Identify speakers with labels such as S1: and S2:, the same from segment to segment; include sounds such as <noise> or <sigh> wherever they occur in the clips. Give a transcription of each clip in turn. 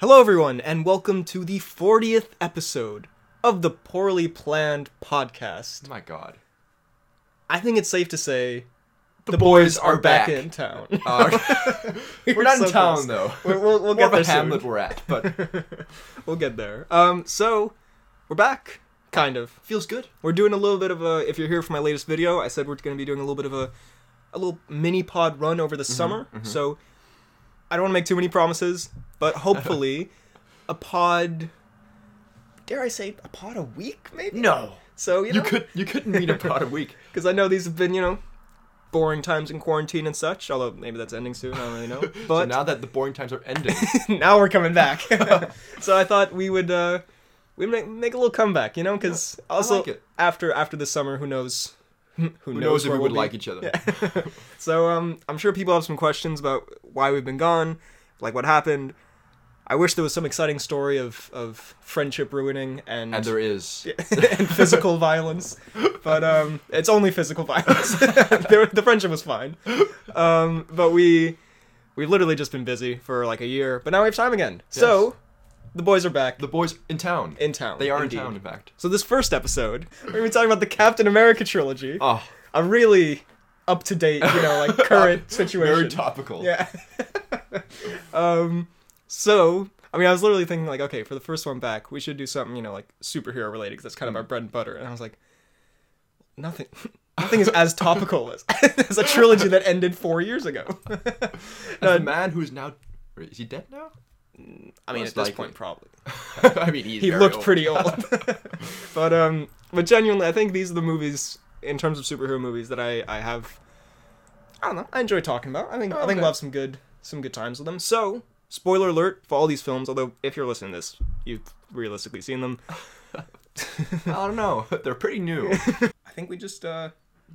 S1: Hello, everyone, and welcome to the 40th episode of the Poorly Planned Podcast.
S2: My God.
S1: I think it's safe to say
S2: The, boys,
S1: in town. <laughs>
S2: Uh, we're not in
S1: so
S2: town
S1: close.
S2: though.
S1: We're- we'll- we'll
S2: More
S1: get
S2: of a
S1: there
S2: hamlet
S1: soon.
S2: we're at,
S1: <laughs>
S2: but
S1: we'll get there. Um, so, we're back, kind of.
S2: feels good.
S1: We're doing a little bit of a, if you're here for my latest video, I said we're going to be doing a little bit of a, a little mini pod run over the
S2: Mm-hmm,
S1: summer. So, I don't want to make too many promises,
S2: <laughs>
S1: but hopefully, a pod, dare I say, a pod a week, maybe?
S2: No,
S1: So, you,
S2: you,
S1: know,
S2: could you couldn't meet about a
S1: <laughs>
S2: week.
S1: Because I know these have been, you know, boring times in quarantine and such. Although maybe that's ending soon. I don't really know.
S2: <laughs> So
S1: But
S2: now that the boring times are
S1: <laughs>
S2: ending,
S1: now, we're coming back. <laughs> so I thought we would uh, we make, make a little comeback, you know, because
S2: I
S1: also
S2: like it.
S1: after after the summer, who knows? <laughs> Who,
S2: who knows if
S1: where
S2: we
S1: we'll
S2: would
S1: be.
S2: like each other?
S1: So um, I'm sure people have some questions about why we've been gone, like what happened. I wish there was some exciting story of of friendship ruining and
S2: And there is.
S1: <laughs> and physical violence, but um, it's only physical violence. <laughs> the, the friendship was fine, um, but we we've literally just been busy for like a year, but now we have time again. So the boys are back
S2: The boys in town.
S1: in town.
S2: they are
S1: indeed.
S2: in town, in fact.
S1: So this first episode, we're gonna be talking about the Captain America trilogy.
S2: Oh,
S1: A really up to date, you know, like
S2: <laughs>
S1: current situation.
S2: very topical.
S1: Yeah. <laughs> um, so I mean, I was literally thinking like, okay, for the first one back, we should do something you know like superhero related because that's kind of our bread and butter. And I was like, nothing, <laughs> nothing is as topical as, <laughs> as a trilogy that ended four years ago. <laughs>
S2: And
S1: No,
S2: the man who's now is he dead now? <laughs>
S1: I mean,
S2: Most
S1: at this
S2: likely.
S1: point, probably
S2: I mean, he's
S1: he
S2: very
S1: looked
S2: old. <laughs>
S1: pretty old. <laughs> but um, but genuinely, I think these are the movies in terms of superhero movies that I I have. I don't know. I enjoy talking about. I think I think
S2: okay.
S1: we'll have some good some good times with them. So spoiler alert for all these films. Although if you're listening to this, you've realistically seen
S2: <laughs>
S1: them. <laughs>
S2: I don't know. <laughs> They're pretty new.
S1: I think we just uh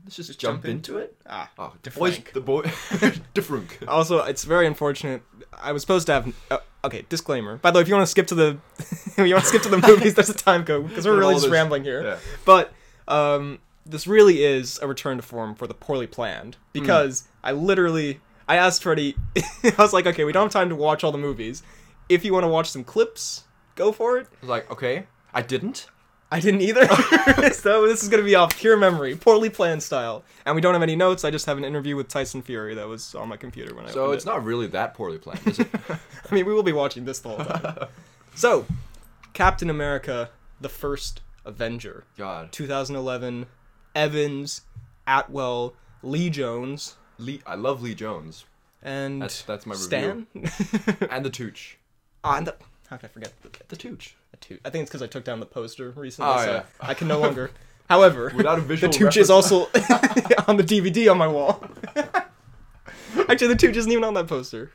S2: Let's just,
S1: jump
S2: jump, into it.
S1: ah.
S2: Oh, the boys,
S1: Defrank. Ah.
S2: the boy, <laughs> Defrank.
S1: Also, it's very unfortunate. I was supposed to have. Uh, okay, disclaimer. By the way, if you want to skip to the, <laughs> if you want to skip
S2: <laughs>
S1: to the movies, there's a time code because we're
S2: With
S1: really
S2: all
S1: just
S2: this-
S1: rambling here.
S2: yeah.
S1: But um, this really is a return to form for the poorly planned
S2: Hmm.
S1: because I literally I asked Freddie. <laughs> I was like, okay, we don't have time to watch all the movies. If you want to watch some clips, go for it.
S2: I was like, okay, I didn't.
S1: I didn't either. <laughs> so this is gonna be off pure memory, poorly planned style, and we don't have any notes. I just have an interview with Tyson Fury that was on my computer when I.
S2: So
S1: opened
S2: it's
S1: it.
S2: not really that poorly
S1: <laughs>
S2: planned, is it?
S1: I mean, we will be watching this the whole
S2: <laughs>
S1: time. so, Captain America, the first Avenger,
S2: God.
S1: 2011, Evans, Atwell, Lee Jones,
S2: Lee, I love Lee Jones
S1: and
S2: That's- that's my
S1: Stan. <laughs>
S2: and the Tooch.
S1: Ah, and the, how could I forget the,
S2: The Tooch.
S1: the two? I think it's because I took down the poster recently,
S2: Oh,
S1: so
S2: yeah.
S1: I can no longer. <laughs> However,
S2: Without a
S1: the
S2: visual
S1: Tooch is also <laughs> on the DVD on my wall. <laughs> Actually, the Tooch isn't even on that poster.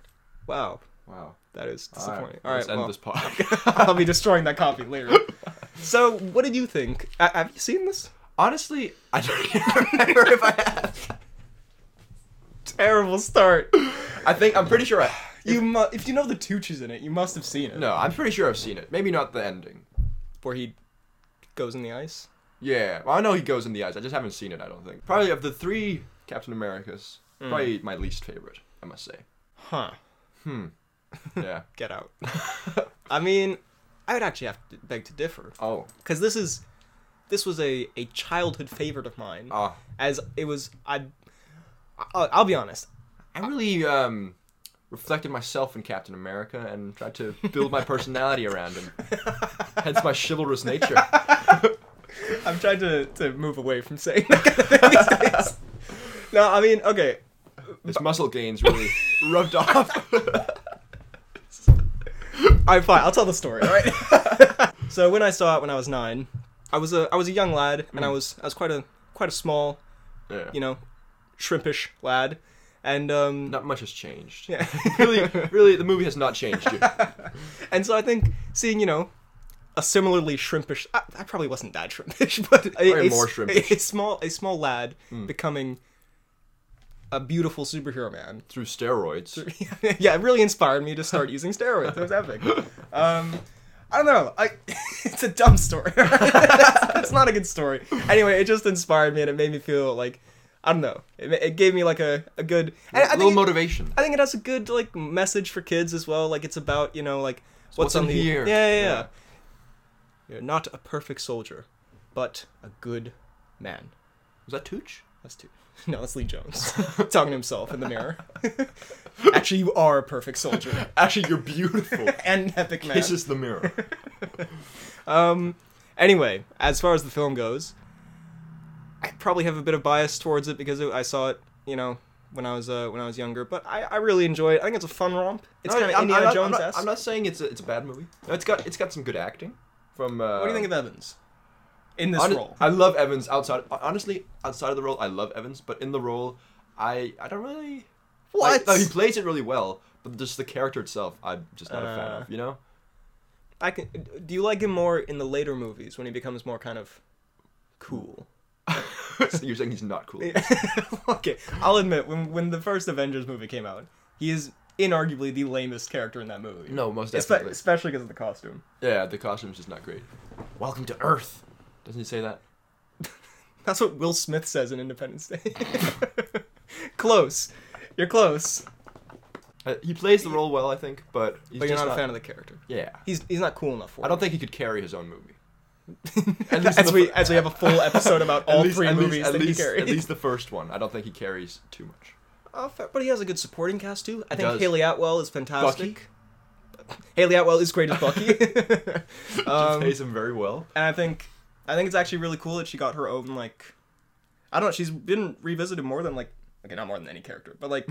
S1: Wow,
S2: Wow.
S1: that is
S2: All right,
S1: disappointing. All right,
S2: let's end
S1: well.
S2: this part.
S1: <laughs>
S2: <laughs>
S1: I'll be destroying that copy later. So, what did you think? A- have you seen this?
S2: Honestly, I don't <laughs> even remember if I have.
S1: Terrible start.
S2: I think I'm pretty sure I.
S1: You mu- if you know the Tooch is in it, you must have seen it.
S2: No, I'm pretty sure I've seen it. Maybe not the ending.
S1: Where he goes in the ice.
S2: Yeah. Well, I know he goes in the eyes. I just haven't seen it. I don't think. Probably of the three Captain Americas, probably my least favorite. I must <laughs> say.
S1: Huh.
S2: Yeah.
S1: Get <laughs> out. I mean, I would actually have to beg to differ.
S2: oh.
S1: Because this is. This was a, a childhood favorite of mine.
S2: Ah.
S1: as it was. I, I. I'll be honest.
S2: I really um reflected myself in Captain America and tried to build <laughs> my personality around <laughs> him. Hence my chivalrous nature.
S1: I'm trying to, to move away from saying that kind of thing these <laughs> days. No, I mean, okay.
S2: His muscle gains <laughs> really rubbed off.
S1: All right, fine. I'll tell the story. All <laughs> right. so when I saw it when I was nine, I was a I was a young lad, and
S2: Mm.
S1: I was I was quite a quite a small,
S2: <laughs> yeah.
S1: you know, shrimpish lad, and um,
S2: Not much has changed.
S1: yeah.
S2: <laughs> really, really, the movie has not <laughs> changed. You.
S1: <laughs> and so I think seeing you know. A similarly shrimpish. I, I probably wasn't that shrimpish, <laughs> but a, a,
S2: Probably
S1: s-
S2: more shrimpish. Mm.
S1: a small a small lad becoming a beautiful superhero man.
S2: Through steroids.
S1: <laughs> yeah, it really inspired me to start using steroids. It was epic. Um, I don't know. I, <laughs> it's a dumb story. <laughs> it's not a good story. Anyway, it just inspired me and it made me feel like I don't know. It, ma- it gave me like a, a good. and I
S2: A little
S1: think it,
S2: motivation.
S1: I think it has a good like message for kids as well. Like it's about you know like
S2: what's
S1: on
S2: in
S1: the
S2: here?
S1: Yeah, yeah, yeah.
S2: Yeah.
S1: You're not a perfect soldier, but a good man.
S2: Was that Tooch?
S1: That's two. <laughs> No, that's Lee Jones <laughs> talking to himself in the mirror. <laughs> Actually, you are a perfect soldier <laughs>
S2: Actually, you're <laughs> beautiful.
S1: and an epic man.
S2: Kisses the mirror.
S1: Um, anyway, as far as the film goes, I probably have a bit of bias towards it because it, I saw it, you know, when I was uh, when I was younger. But I, I really enjoy it. I think it's a fun romp. It's
S2: No,
S1: kind of
S2: I'm- I'm
S1: Indiana
S2: not- I'm
S1: Jones
S2: not-
S1: esque.
S2: I'm not saying it's a, it's a bad movie. No, it's got it's got some good acting from. Uh,
S1: What do you think of Evans in this
S2: hone-
S1: role?
S2: I love Evans outside. Honestly, outside of the role, I love Evans, but in the role, I I don't really.
S1: What?
S2: Like, no, he plays it really well, but just the character itself, I'm just not a fan
S1: Uh.
S2: of. You know,
S1: I can. Do you like him more in the later movies when he becomes more kind of cool?
S2: so you're saying he's
S1: <laughs>
S2: not cool.
S1: okay, I'll admit when when the first Avengers movie came out, he is inarguably the lamest character in that movie.
S2: No, most
S1: Espe-
S2: definitely.
S1: especially because of the costume.
S2: Yeah, the costume's just not great. Welcome to Earth. Doesn't he say that?
S1: That's what Will Smith says in Independence Day. <laughs> close, you're close,
S2: Uh, he plays the role well, I think, but he's
S1: but you're
S2: just
S1: not, a fan of the character.
S2: Yeah,
S1: He's he's not cool enough for.
S2: I
S1: it.
S2: don't think he could carry his own movie.
S1: <laughs>
S2: at least in
S1: as
S2: the
S1: we
S2: fir-
S1: as we have a full episode about
S2: <laughs> At
S1: all
S2: least-
S1: three
S2: at least-
S1: movies
S2: at
S1: that
S2: least,
S1: he carries.
S2: At least the first one. I don't think he carries too much.
S1: Oh, fair- but he has a good supporting cast too. I think
S2: does.
S1: Haley Atwell is fantastic. Haley Atwell is great as Bucky, <laughs> Um,
S2: she plays him very well.
S1: and I think I think it's actually really cool that she got her own like I don't know. She's been revisited more than like okay, not more than any character, but
S2: <laughs>
S1: like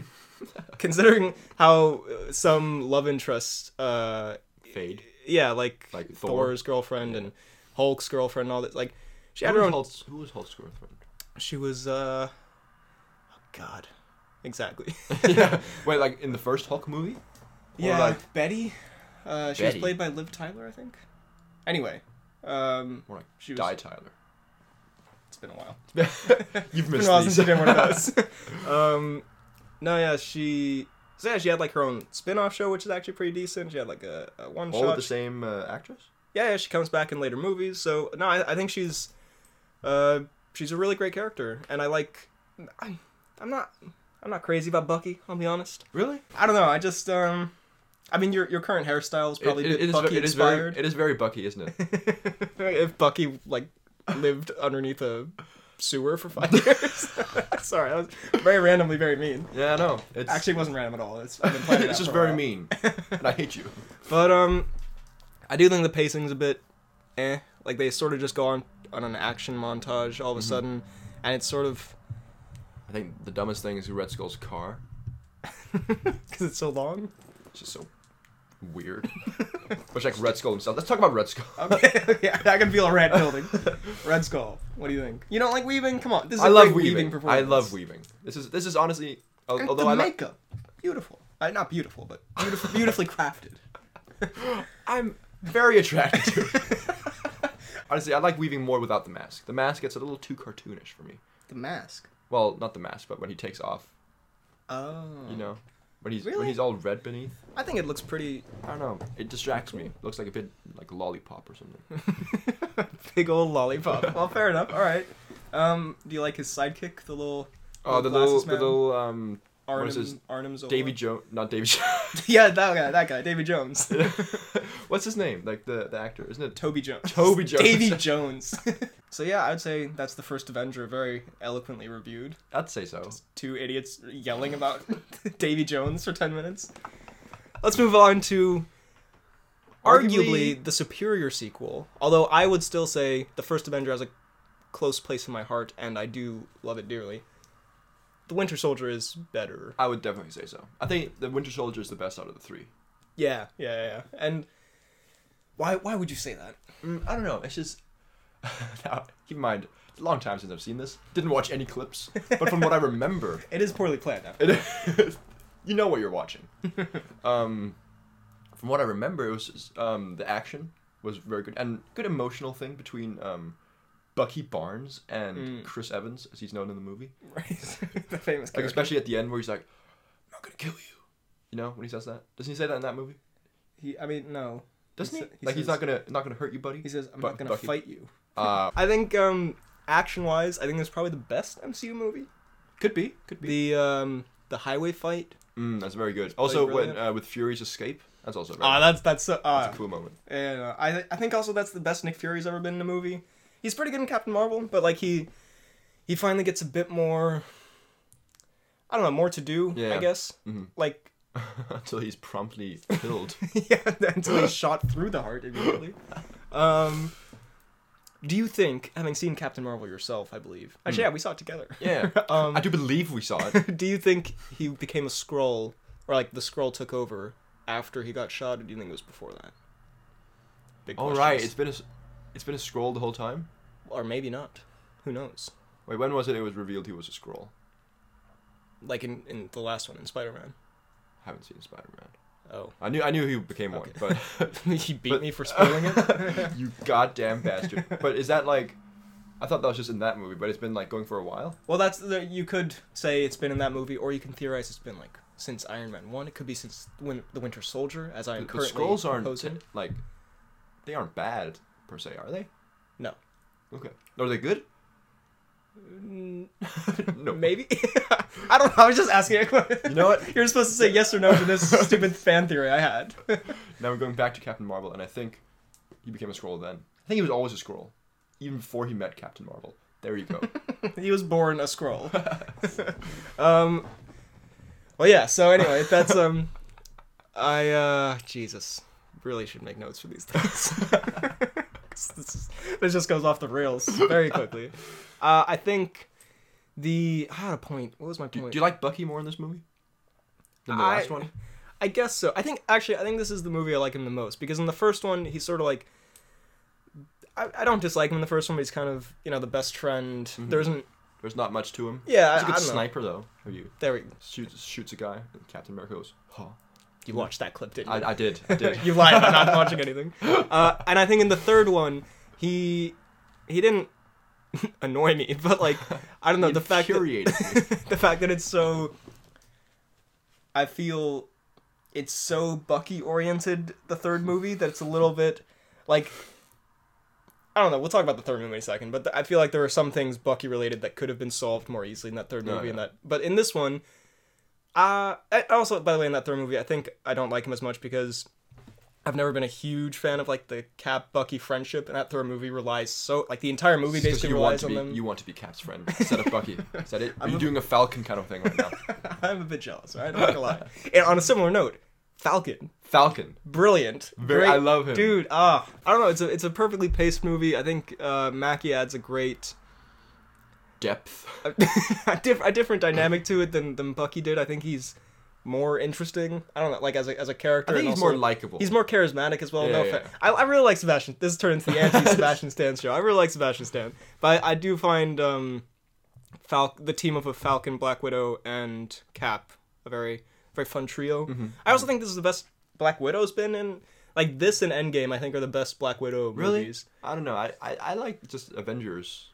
S1: considering how uh, some love interests, uh,
S2: Fade.
S1: yeah, like,
S2: Like Thor.
S1: Thor's girlfriend and Hulk's girlfriend and all that. Like she had
S2: Who
S1: her
S2: was
S1: own.
S2: Hulk's- Who was Hulk's girlfriend?
S1: She was uh, oh God,
S2: <laughs>
S1: exactly. <laughs>
S2: yeah. Wait, like in the first Hulk movie? Or
S1: Yeah,
S2: Like,
S1: Betty. Uh, she
S2: Betty.
S1: was played by Liv Tyler, I think. Anyway, um,
S2: more like
S1: She was-
S2: Die Tyler. <laughs>
S1: it's been a while.
S2: You've
S1: It's
S2: missed
S1: been a while
S2: these.
S1: since I've been one of
S2: <laughs>
S1: those. um, no, yeah, she. So yeah, she had like her own spin-off show, which is actually pretty decent. She had like a, a
S2: All with
S1: one-shot.
S2: the same uh, actress?
S1: yeah, yeah, she comes back in later movies. So no, I, I think she's, uh, she's a really great character, and I like. I, I'm not. I'm not crazy about Bucky. I'll be honest.
S2: Really?
S1: I don't know. I just um, I mean, your your current hairstyle is probably
S2: It- it- it is
S1: Bucky
S2: ve- it is
S1: inspired.
S2: very, it is very Bucky, isn't it?
S1: <laughs> if Bucky like lived underneath a sewer for five <laughs> years. Sorry, that was very randomly very mean.
S2: <laughs> Yeah, I know. It's <laughs>
S1: Actually, it wasn't random at all. <laughs> It's, I've been planning
S2: it's
S1: that
S2: just
S1: for a
S2: very
S1: while.
S2: <laughs> mean, and I hate you.
S1: <laughs> But um, I do think the pacing's a bit eh. Like they sort of just go on on an action montage all of a sudden, and it's sort of <laughs>
S2: I think the dumbest thing is Red Skull's car.
S1: because it's so long.
S2: It's just so <laughs> weird. Much like Red Skull himself. Let's talk about Red Skull.
S1: Okay, <laughs> yeah, I can feel a rat building. <laughs> Red Skull. What do you think? You don't like weaving? Come on, this is
S2: <laughs> I
S1: a
S2: love
S1: great
S2: weaving. I
S1: performance.
S2: love weaving. This is this is honestly, al-
S1: And
S2: although
S1: the
S2: I like,
S1: makeup, beautiful. Uh, not beautiful, but beautiful, beautifully crafted.
S2: I'm very attracted to it. <laughs> honestly, I like weaving more without the mask. The mask gets a little too cartoonish for me.
S1: The mask.
S2: Well, not the mask, but when he takes off,
S1: Oh.
S2: you know, when he's when
S1: Really?
S2: he's all red beneath.
S1: I think it looks pretty
S2: I don't know. It distracts me. Looks like a bit like a lollipop
S1: <laughs>
S2: or something.
S1: big old
S2: <laughs>
S1: lollipop. well, fair enough. All right. Um, do you like his sidekick, the little?
S2: Oh, the little
S1: glasses
S2: the little um
S1: Arnim,
S2: what is his-
S1: Arnim Zola.
S2: Davy Jones, not Davy. Jo-
S1: <laughs>
S2: <laughs>
S1: yeah, that guy. That guy. Davy Jones.
S2: What's his name? Like the the actor, isn't it?
S1: Toby Jones.
S2: Toby Jones. <laughs>
S1: Davy Jones. <laughs> so yeah, I'd say that's the first Avenger, very eloquently reviewed.
S2: I'd say so.
S1: two idiots yelling about <laughs> Davy Jones for 10 minutes. Let's move on to arguably,
S2: Arguably-
S1: the superior sequel. Although I would still say the first Avenger has a close place in my heart and I do love it dearly. The Winter Soldier is better.
S2: I would definitely say so. I think the Winter Soldier is the best out of the three.
S1: Yeah, yeah, yeah, yeah. And why why would you say that?
S2: Mm, I don't know. It's just. <laughs> now, keep in mind, it's a long time since I've seen this. Didn't watch any clips, but from what I remember, <laughs>
S1: It is poorly planned. After.
S2: it, you know what you're watching. Um, from what I remember, it was just, um, the action was very good and good emotional thing between um, Bucky Barnes and
S1: Hmm.
S2: Chris Evans, as he's known in the movie.
S1: <laughs> Right. <laughs> the famous
S2: Like
S1: character.
S2: especially at the end where he's like, "I'm not gonna kill you," you know when he says that. Doesn't he say that in that movie?
S1: He, I mean, no.
S2: Doesn't he?
S1: sa-
S2: like he's
S1: says-
S2: not gonna not gonna hurt you, buddy.
S1: He says, I'm
S2: Bu-
S1: not going to
S2: Bucky-
S1: fight you. <laughs>
S2: Uh,
S1: I think, um, action wise, I think that's probably the best MCU movie.
S2: could be, could be.
S1: the um the highway fight.
S2: Mm, that's very good. Also, when
S1: brilliant.
S2: uh, with Fury's escape, That's also very
S1: Ah, that's that's so. Uh,
S2: that's a cool moment. <laughs>
S1: And uh, I I think also that's the best Nick Fury's ever been in a movie. He's pretty good in Captain Marvel, but like he he finally gets a bit more I don't know, more to do, I
S2: Yeah.
S1: guess. Like <laughs>
S2: Until he's <laughs> promptly killed.
S1: yeah, until he's shot through the heart <laughs> immediately. Um do you think, having seen Captain Marvel yourself, I believe. Actually, yeah, we saw it together.
S2: yeah.
S1: Hmm. Um,
S2: <laughs> I do believe we saw it.
S1: do you think he became a scroll or like the scroll took over after he got shot or do you think it was before that? Big
S2: <laughs> All right,
S1: questions.
S2: it's been a, s- it's been a scroll the whole time.
S1: or maybe not. Who knows?
S2: Wait, when was it? It was revealed he was a scroll.
S1: like in, in the last one in Spider-Man.
S2: Haven't seen Spider Man. <laughs>
S1: Oh, <laughs>
S2: I knew I knew he became one, but
S1: he beat
S2: But-
S1: me for spoiling
S2: <laughs>
S1: it.
S2: you goddamn bastard. But is that like? I thought that was just in that movie, but it's been like going for a while.
S1: well, that's the, you could say it's been in that movie, or you can theorize it's been like since Iron Man one. It could be since Win- the Winter Soldier, as I am
S2: The, the
S1: currently
S2: scrolls aren't
S1: proposing.
S2: t- like they aren't bad per se, are they?
S1: No,
S2: Okay. Are they good? <laughs> no.
S1: Mm, maybe <laughs> I don't know. I was just asking. you
S2: know what?
S1: <laughs> You're supposed to say yes or no to
S2: <laughs>
S1: this stupid fan theory I had.
S2: Now we're going back to Captain Marvel, and I think he became a scroll then. I think he was always a scroll, even before he met Captain Marvel. There
S1: <laughs>
S2: you go.
S1: he was born a scroll. <laughs> um. Well, yeah. So anyway, that's um. I uh Jesus, really should make notes for these things. <laughs> 'Cause this, is- this just goes off the rails very quickly. Uh, I think the I had a point. What was my
S2: do,
S1: point?
S2: do you like Bucky more in this movie than the
S1: I-
S2: last one?
S1: I guess so. I think actually, I think this is the movie I like him the most because in the first one, he's sort of like. I, I don't dislike him in the first one, but he's kind of you know the best friend.
S2: Mm-hmm.
S1: There isn't.
S2: There's not much to him.
S1: Yeah,
S2: he's a
S1: I-
S2: good
S1: I don't know.
S2: sniper though. Have you
S1: There we.
S2: shoots shoots a guy? And Captain America goes, "Huh."
S1: You watched that clip, didn't you?
S2: I, I did. I did.
S1: <laughs> you lied. I'm not watching anything. Uh, and I think in the third one, he he didn't <laughs> annoy me, but like I don't know the fact that, <laughs>
S2: Infuriated me.
S1: the fact that it's so. I feel it's so Bucky oriented the third movie that it's a little bit like I don't know. We'll talk about the third movie in a second, but th- I feel like there are some things Bucky related that could have been solved more easily in that third
S2: No,
S1: movie. And
S2: Oh, yeah.
S1: that, but in this one, uh, I also by the way, in that third movie, I think I don't like him as much because I've never been a huge fan of like the Cap Bucky friendship, and that third movie relies so like the entire movie
S2: Because
S1: basically
S2: you want
S1: relies
S2: to
S1: on
S2: be
S1: them.
S2: you want to be Cap's friend instead of
S1: <laughs>
S2: Bucky. Is that it? Are you doing a Falcon kind of thing right now?
S1: I'm a bit jealous, right? I'm not gonna
S2: <laughs>
S1: lie. and on a similar note, Falcon,
S2: Falcon.
S1: brilliant,
S2: Very- I love him.
S1: dude. Ah, I don't know. It's a it's a perfectly paced movie. I think uh, Mackie adds a great.
S2: Depth.
S1: a, <laughs> diff- a different dynamic to it than, than Bucky did. I think he's more interesting. I don't know, like as a, as a character.
S2: I think
S1: and
S2: he's
S1: also-
S2: more likable.
S1: He's more charismatic as well.
S2: Yeah,
S1: no
S2: yeah,
S1: offense.
S2: yeah.
S1: I, I really like Sebastian. This turned into the
S2: <laughs>
S1: anti-Sebastian Stan show. I really like Sebastian Stan, but I, I do find um, Fal- the team up of Falcon, Black Widow, and Cap a very very fun trio.
S2: Mm-hmm.
S1: I also think this is the best Black Widow's been in. Like this and Endgame, I think are the best Black Widow
S2: really?
S1: movies.
S2: I don't know. I, I I like just Avengers,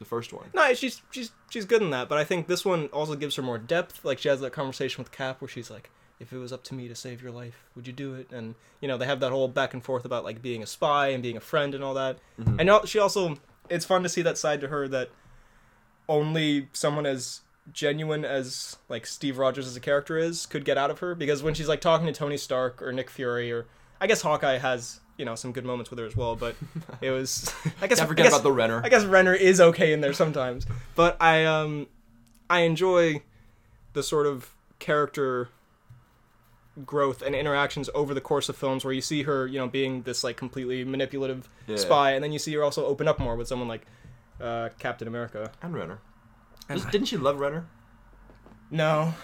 S2: the first one.
S1: No, she's she's she's good in that, but I think this one also gives her more depth. Like she has that conversation with Cap where she's like, "If it was up to me to save your life, would you do it?" And you know they have that whole back and forth about like being a spy and being a friend and all that. And al- she also, it's fun to see that side to her that only someone as genuine as like Steve Rogers as a character is could get out of her because when she's like talking to Tony Stark or Nick Fury or I guess Hawkeye has you know some good moments with her as well, but it was <laughs> I guess
S2: Can't forget
S1: I guess,
S2: about the Renner.
S1: I guess Renner is okay in there sometimes, but I um I enjoy the sort of character growth and interactions over the course of films where you see her, you know, being this like completely manipulative
S2: Yeah.
S1: spy, and then you see her also open up more with someone like uh, Captain America.
S2: and Renner. Just- didn't she
S1: <laughs>
S2: love Renner? <laughs>
S1: No,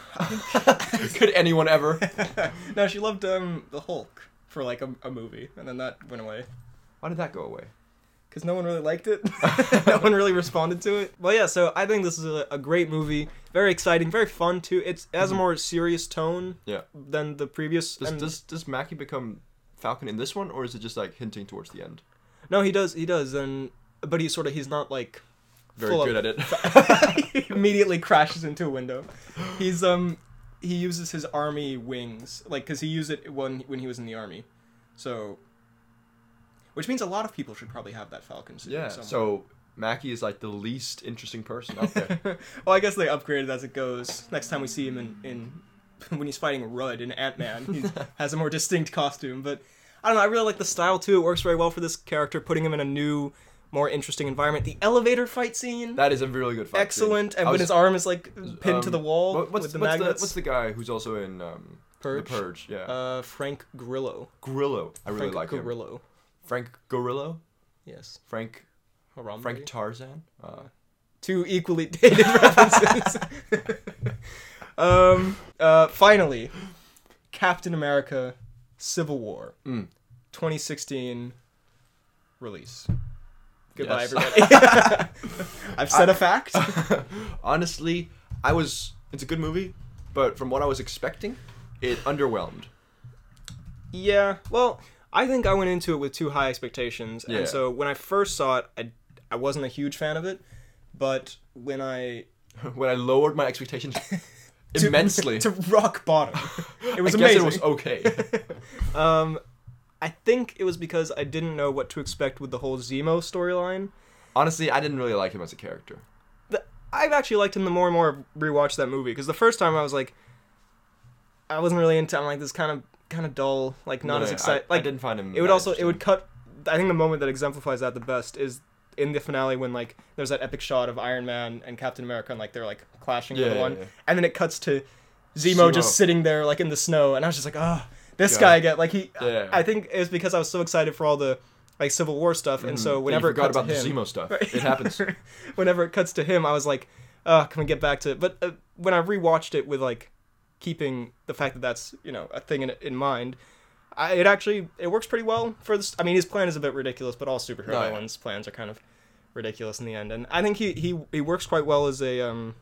S2: Could anyone ever?
S1: no, she loved um the Hulk for like a, a movie, and then that went away.
S2: Why did that go away?
S1: because no one really liked <laughs> it. no one really responded to it. Well, yeah. So I think this is a, a great movie. Very exciting. Very fun too. It's it has a more serious tone
S2: Yeah.
S1: than the previous.
S2: Does
S1: and-
S2: does does Mackie become Falcon in this one, or is it just like hinting towards the end?
S1: no, he does. He does. And but he's sort of he's not <laughs> like
S2: Very
S1: Full of-
S2: good at it.
S1: <laughs> he immediately crashes into a window. He's um he uses his army wings like because he used it when when he was in the army, so. Which means a lot of people should probably have that Falcon suit.
S2: <laughs> yeah.
S1: somewhere.
S2: So Mackie is like the
S1: <laughs>
S2: least interesting person out there.
S1: well, I guess they upgraded as it goes. Next time we see him in, <laughs> in when he's fighting Rudd in Ant Man,
S2: <laughs>
S1: he has a more distinct costume. But I don't know. I really like the style too. It works very well for this character, putting him in a new, more interesting environment. The elevator fight scene,
S2: That is a really good fight. scene.
S1: excellent. And
S2: I
S1: when
S2: was-
S1: his arm is like pinned to
S2: um,
S1: the wall
S2: what- what's,
S1: with the
S2: what's
S1: magnets.
S2: what's the guy who's also in um,
S1: Purge?
S2: The Purge, yeah.
S1: uh, Frank Grillo.
S2: Grillo. I really
S1: Frank
S2: like him.
S1: Grillo.
S2: Frank Gorillo?
S1: Yes.
S2: Frank
S1: Harambe.
S2: Frank Tarzan? Uh,
S1: two equally <laughs> dated references. <laughs> um, uh, finally, Captain America: Civil War,
S2: Mm.
S1: 2016 release. Goodbye,
S2: Yes. <laughs>
S1: everybody. I've said a fact.
S2: honestly, I was. It's a good movie, but from what I was expecting, it underwhelmed.
S1: <laughs>
S2: <laughs>
S1: yeah. Well, I think I went into it with too high expectations,
S2: Yeah.
S1: and so when I first saw it, I I wasn't a huge fan of it, but when I
S2: when I lowered my expectations <laughs>
S1: <laughs>
S2: immensely,
S1: to rock bottom, it was
S2: <laughs> I
S1: amazing.
S2: guess it
S1: <laughs>
S2: was okay.
S1: Um, I think it was because I didn't know what to expect with the whole Zemo storyline.
S2: Honestly, I didn't really like him as a character.
S1: The- I've actually liked him the more and more I rewatched that movie because the first time I was like, I wasn't really into. I'm like this kind of kind of dull, like not
S2: No,
S1: as
S2: I-
S1: excited.
S2: I,
S1: Like
S2: didn't find him.
S1: it would
S2: that
S1: also it would
S2: interesting.
S1: cut. I think the moment that exemplifies that the best is in the finale when like there's that epic shot of Iron Man and Captain America and like they're like clashing with
S2: Yeah,
S1: one,
S2: yeah, yeah.
S1: and then it cuts to Zemo,
S2: Zemo.
S1: just sitting there like in the snow, and I was just like, ah, this
S2: God.
S1: guy again. Like he,
S2: Yeah.
S1: I think it was because I was so excited for all the like Civil War stuff, and so
S2: Mm-hmm. Mm. You
S1: whenever it
S2: forgot
S1: cut
S2: about
S1: to him,
S2: the Zemo stuff. It happens.
S1: <laughs> whenever it cuts to him, I was like, oh, can we get back to it? But uh, when I rewatched it with like keeping the fact that that's you know a thing in, in mind, I, it actually it works pretty well for this. I mean, his plan is a bit ridiculous, but all superhero
S2: No, Oh, yeah.
S1: villains' plans are kind of ridiculous in the end. And I think he he he works quite well as a um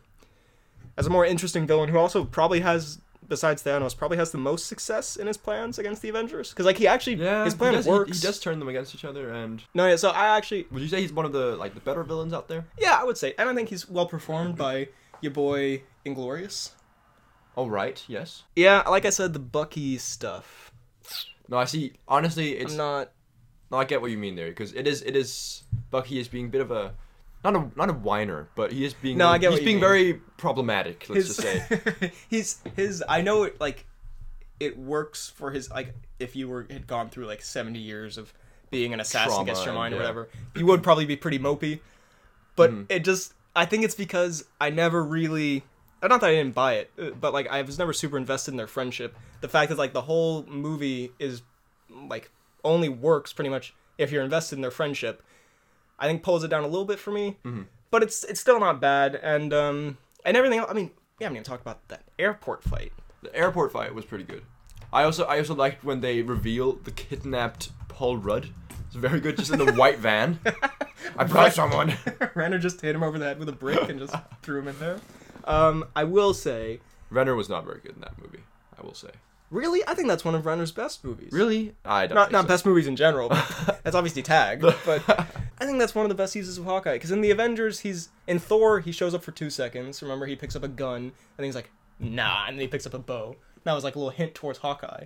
S1: as a more interesting villain who also probably has. Besides Thanos, probably has the most success in his plans against the Avengers because, like, he actually
S2: Yeah,
S1: his plan
S2: he does, he-
S1: works.
S2: He, does turn them against each other, and
S1: No, yeah. So I actually
S2: would you say he's one of the like the better villains out there?
S1: Yeah, I would say. And I think he's well performed by your boy Inglorious.
S2: All Oh, right, yes.
S1: Yeah, like I said, the Bucky stuff.
S2: No, I see. Honestly, it's
S1: I'm not.
S2: no. I get what you mean there because it is. It is Bucky is being a bit of a not a not a whiner, but he is being.
S1: No, I get
S2: He's
S1: what you
S2: being
S1: mean.
S2: very problematic. Let's
S1: His,
S2: just say.
S1: <laughs> he's his. I know it like it works for his like if you were had gone through like 70 years of being an assassin
S2: Trauma
S1: against your
S2: and,
S1: mind or
S2: yeah. Mm-hmm.
S1: whatever, you would probably be pretty mopey. But it just. I think it's because I never really. uh, Not that I didn't buy it, uh, but like I was never super invested in their friendship. The fact that like the whole movie is like only works pretty much if you're invested in their friendship. I think pulls it down a little bit for me,
S2: Mm-hmm.
S1: but it's it's still not bad. And um and everything. Else, I mean, we haven't even talked about that airport fight.
S2: The airport fight was pretty good. I also I also liked when they reveal the kidnapped Paul Rudd. It's very good, just in the
S1: <laughs>
S2: white van. I brought someone. <laughs>
S1: Renner just hit him over the head with a brick and just threw him in there. Um, I will say,
S2: Renner was not very good in that movie. I will say.
S1: really, I think that's one of Renner's best movies.
S2: Really? I don't.
S1: Not
S2: think
S1: not
S2: so.
S1: best movies in general.
S2: <laughs>
S1: But that's obviously tagged, but I think that's one of the best uses of Hawkeye. Because in the Avengers, he's in Thor, he shows up for two seconds. Remember, he picks up a gun and he's like, nah, and then he picks up a bow. And that was like a little hint towards Hawkeye.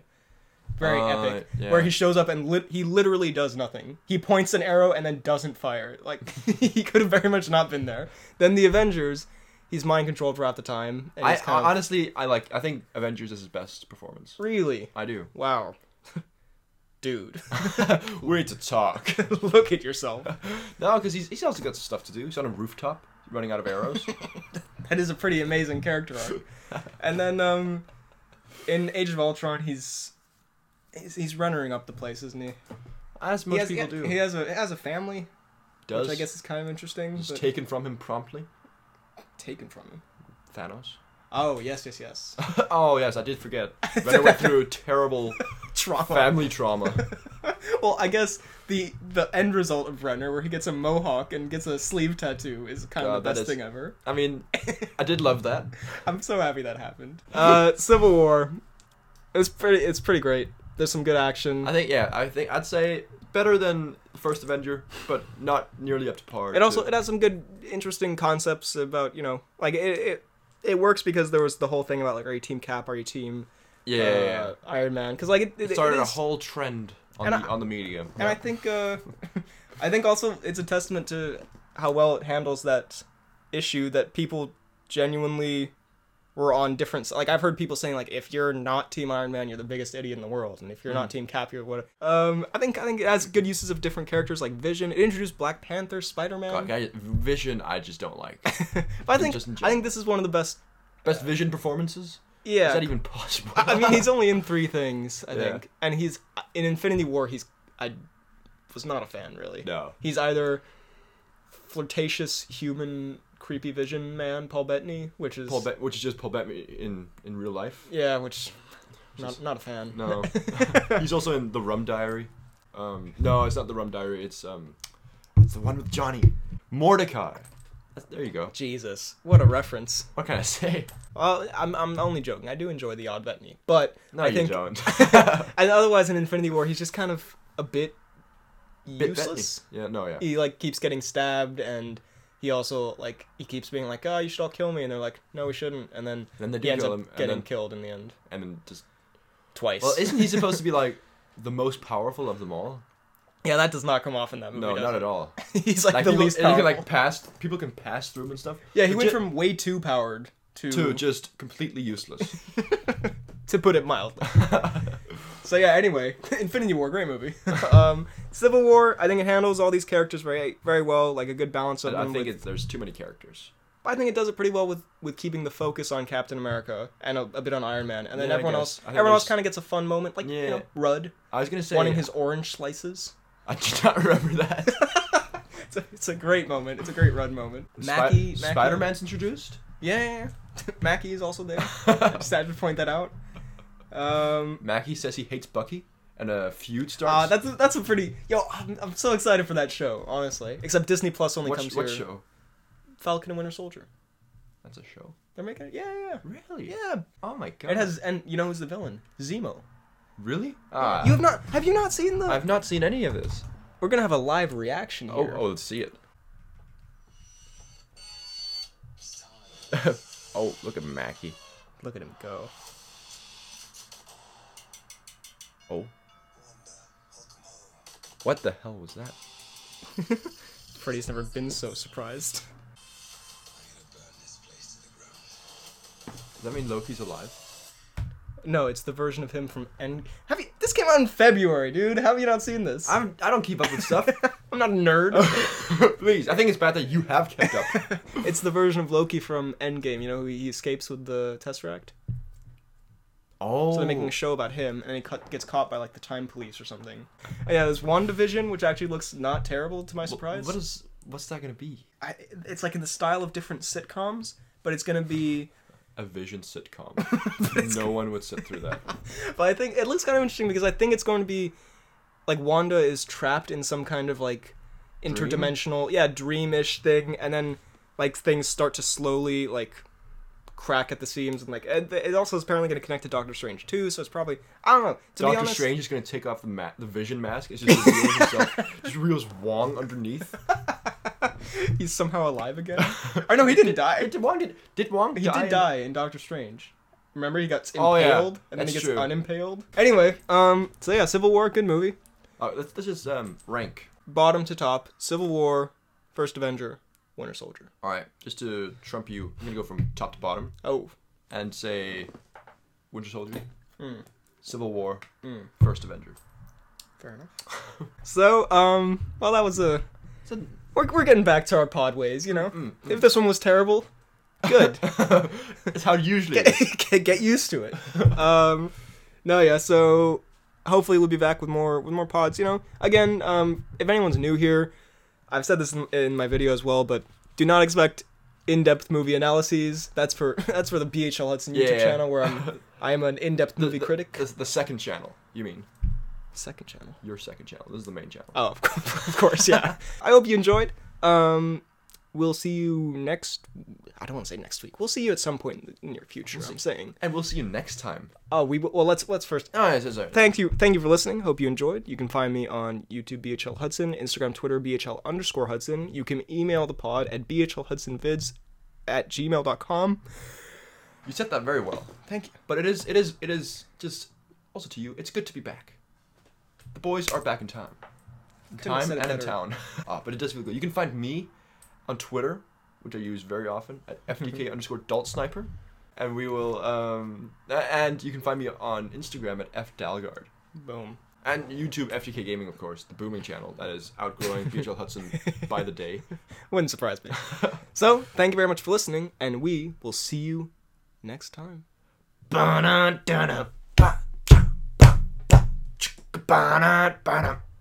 S1: Very
S2: Uh,
S1: epic.
S2: yeah.
S1: Where he shows up and lit- he literally does nothing. He points an arrow and then doesn't fire. Like <laughs> he could have very much not been there. Then the Avengers, he's mind controlled throughout the time. And
S2: I,
S1: he's kind
S2: I-
S1: of,
S2: honestly I like. I think Avengers is his best performance.
S1: really,
S2: I do.
S1: wow, <laughs> dude, <laughs>
S2: We need to talk.
S1: look at yourself.
S2: no, because he's he's also got stuff to do. He's on a rooftop, running out
S1: <laughs>
S2: of arrows.
S1: That is a pretty amazing character <laughs> arc. and then um, in Age of Ultron, he's he's, he's runnering up the place, isn't he?
S2: As
S1: he
S2: most
S1: has,
S2: people
S1: he,
S2: do.
S1: He has a he has a family,
S2: Does
S1: which I guess is kind of interesting.
S2: is
S1: but
S2: taken from him promptly.
S1: taken from him.
S2: Thanos.
S1: <laughs> Oh yes, yes, yes.
S2: oh yes, I did forget. Renner went through terrible
S1: <laughs> Trauma.
S2: family trauma.
S1: Well, I guess the the end result of Renner, where he gets a mohawk and gets a sleeve tattoo, is kind
S2: God,
S1: of the
S2: that
S1: best
S2: is-
S1: thing ever.
S2: I mean, I did love that.
S1: I'm so happy that happened. Uh, Civil War. It's pretty. It's pretty great. There's some good action.
S2: I think yeah, I think I'd say better than the first Avenger, but not nearly up to par.
S1: It also
S2: to-
S1: it has some good, interesting concepts about you know like it it, it works because there was the whole thing about like are you team Cap, are you team
S2: yeah, yeah, yeah.
S1: uh, Iron Man? Because like it, it,
S2: It started
S1: it
S2: a
S1: is-
S2: whole trend on
S1: And
S2: the
S1: I-
S2: on the medium.
S1: and I think uh, <laughs> I think also it's a testament to how well it handles that issue that people genuinely were on different. Like I've heard people saying like, if you're not Team Iron Man, you're the biggest idiot in the world, and if you're
S2: Hmm.
S1: not Team Cap, you're what. Um, I think I think it has good uses of different characters like Vision. It introduced Black Panther, Spider Man.
S2: God, guy, Vision, I just
S1: <laughs>
S2: don't like.
S1: I think
S2: just in
S1: I think this is one of the best.
S2: Best Vision performances?
S1: Yeah,
S2: Is that even possible?
S1: I mean, he's only in three things, I
S2: Yeah.
S1: think, and he's in Infinity War. He's I was not a fan really.
S2: <laughs> No.
S1: he's either flirtatious human creepy vision man Paul Bettany, which is
S2: Paul Bet, which is just Paul Bettany in in real life.
S1: yeah, which not not a fan. <laughs>
S2: No, he's also in the Rum Diary. Um, no, it's not the Rum Diary. It's um, it's the one with Johnny Mordecai. That's, there you go.
S1: Jesus, what a reference.
S2: What can I say?
S1: Well, I'm I'm only joking. I do enjoy the odd Bettany, but
S2: No,
S1: I
S2: you
S1: think
S2: don't.
S1: <laughs> and otherwise in Infinity War he's just kind of a bit
S2: <laughs> Bit Bettany.
S1: useless.
S2: Yeah, no, yeah.
S1: he like keeps getting stabbed and he also like he keeps being like oh you should all kill me and they're like no we shouldn't and then,
S2: Then they do
S1: he ends
S2: kill
S1: up
S2: him, and
S1: getting
S2: then-
S1: killed in the end
S2: And then just
S1: twice
S2: well, isn't he supposed to be like the most powerful of them all?
S1: <laughs> yeah that does not come off in that movie <laughs>
S2: No, not at all.
S1: all he's like,
S2: Like
S1: the
S2: people,
S1: least
S2: and he
S1: powerful.
S2: can, like pass. People can pass through him and stuff.
S1: yeah he
S2: But
S1: went
S2: ju-
S1: from way too powered to
S2: to just completely useless.
S1: <laughs> to put it
S2: <laughs>
S1: mildly so yeah anyway <laughs> Infinity War great movie <laughs> um, Civil War I think it handles all these characters very very well like a good balance of
S2: I
S1: them
S2: think
S1: with-
S2: it's, there's too many characters.
S1: I think it does it pretty well with, with keeping the focus on Captain America and a, a bit on Iron Man, and then
S2: Yeah, I
S1: everyone
S2: guess.
S1: else
S2: I think
S1: everyone else
S2: there's-
S1: kind of gets a fun moment, like you
S2: Yeah.
S1: know, Rudd
S2: I was gonna say
S1: wanting his orange slices. <laughs>
S2: I do not remember <laughs> that.
S1: It's a, it's a great moment. It's a great Rudd moment.
S2: Spi-
S1: Mackie, Mackie-
S2: Spider-Man's introduced.
S1: Yeah, yeah, yeah. <laughs> Mackie is also
S2: <laughs>
S1: there. I just had to point that out. Um,
S2: Mackie says he hates Bucky, and a feud
S1: uh,
S2: starts.
S1: that's a, that's a pretty yo. I'm, I'm so excited for that show, honestly. Except Disney Plus only
S2: what,
S1: comes
S2: what
S1: here.
S2: show?
S1: Falcon and Winter Soldier.
S2: That's a show.
S1: They're making it. Yeah, yeah,
S2: Really?
S1: yeah. Yeah.
S2: Oh my god.
S1: It has, and you know who's the villain? Zemo.
S2: really. Ah,
S1: You have not. Have you not seen the?
S2: I've not seen any of this.
S1: We're gonna have a live reaction
S2: Oh,
S1: here.
S2: oh, let's see it. <laughs> oh, look at Mackie.
S1: Look at him go.
S2: Oh. What the hell was that?
S1: Freddy's never been so surprised. <laughs>
S2: Does that mean Loki's alive?
S1: No, it's the version of him from End. Have you? This came out in February, dude. How have you not seen this?
S2: I'm. I don't keep up with stuff.
S1: I'm not a nerd.
S2: <laughs> Please, I think it's bad that you have kept <laughs> up.
S1: <laughs> it's the version of Loki from Endgame. You know, who he escapes with the Tesseract.
S2: Oh.
S1: So they're making a show about him, and he cut, gets caught by like the time police or something. And yeah, there's WandaVision, which actually looks not terrible to my surprise.
S2: What is? What's that gonna be?
S1: I, it's like in the style of different sitcoms, but it's gonna be
S2: A Vision <laughs> sitcom. no one would sit through that.
S1: But I think it looks kind of interesting because I think it's going to be like Wanda is trapped in some kind of like interdimensional, yeah, dreamish thing, and then like things start to slowly like crack at the seams, and like it, it also is apparently going to connect to Doctor Strange too. So it's probably I don't know. To be
S2: Doctor
S1: honest,
S2: Strange is gonna take off the ma- the Vision mask. It's just reveals himself. <laughs> Just reveals Wong <laughs> underneath.
S1: he's somehow alive
S2: <laughs>
S1: again. or no, he didn't die.
S2: Did Wong did, did Wong
S1: He
S2: die?
S1: did die in Doctor Strange. Remember, he got impaled,
S2: Oh, yeah.
S1: and then he
S2: That's
S1: gets
S2: true.
S1: unimpaled. Anyway, um, so yeah, Civil War, good movie.
S2: Oh, let's, let's just um rank.
S1: Bottom to top, Civil War, First Avenger, Winter Soldier.
S2: All right, just to trump you, I'm gonna go from top to bottom
S1: Oh,
S2: and say, Winter Soldier, Hmm. Civil War, First Avenger.
S1: Fair enough. <laughs> so, um, well, that was a.
S2: So,
S1: We're, we're getting back to our pod ways, you know?
S2: Mm,
S1: If this one was terrible,
S2: <laughs>
S1: good.
S2: <laughs>
S1: <laughs>
S2: it's how it usually.
S1: get,
S2: is.
S1: get used to it. Um, no, yeah, so hopefully we'll be back with more with more pods, you know? Again, um, if anyone's new here, I've said this in, in my video as well, but do not expect in-depth movie analyses. That's for <laughs> that's for the BHL Hudson YouTube
S2: Yeah.
S1: channel where I'm I am an in-depth movie
S2: The-
S1: critic.
S2: The, the second channel. You mean
S1: Second channel.
S2: your second channel? This is the main channel.
S1: Oh, of course, <laughs> of course yeah. I hope you enjoyed. Um, we'll see you next. I don't want to say next week. We'll see you at some point in the near future. I'm saying.
S2: And we'll see you next time.
S1: Oh, we will- well let's let's first.
S2: Oh, yes, yes, yes.
S1: Thank you, thank you for listening. Hope you enjoyed. You can find me on YouTube BHL Hudson, Instagram, Twitter BHL underscore Hudson. You can email the pod at bhlhudsonvids at gmail.com.
S2: You said that very well.
S1: Thank you.
S2: But it is, it is, it is just also to you. It's good to be back. The boys are back in town,
S1: have
S2: time
S1: said
S2: and
S1: it
S2: in
S1: better.
S2: town. <laughs> Ah, but it does feel good. You
S1: <laughs>
S2: can find me on Twitter, which I use very often at fdk underscore adult sniper. and we will. Um, a- and you can find me on Instagram at fdalgard
S1: Boom.
S2: and YouTube FGK Gaming, of course, the booming channel that is
S1: <laughs>
S2: outgrowing BHL Hudson by the day.
S1: Wouldn't surprise
S2: <laughs>
S1: me. so, thank you very much for listening, and we will see you next time.
S2: Ba-na-da-da, ba-cha, ba-cha, ba-na-da-da.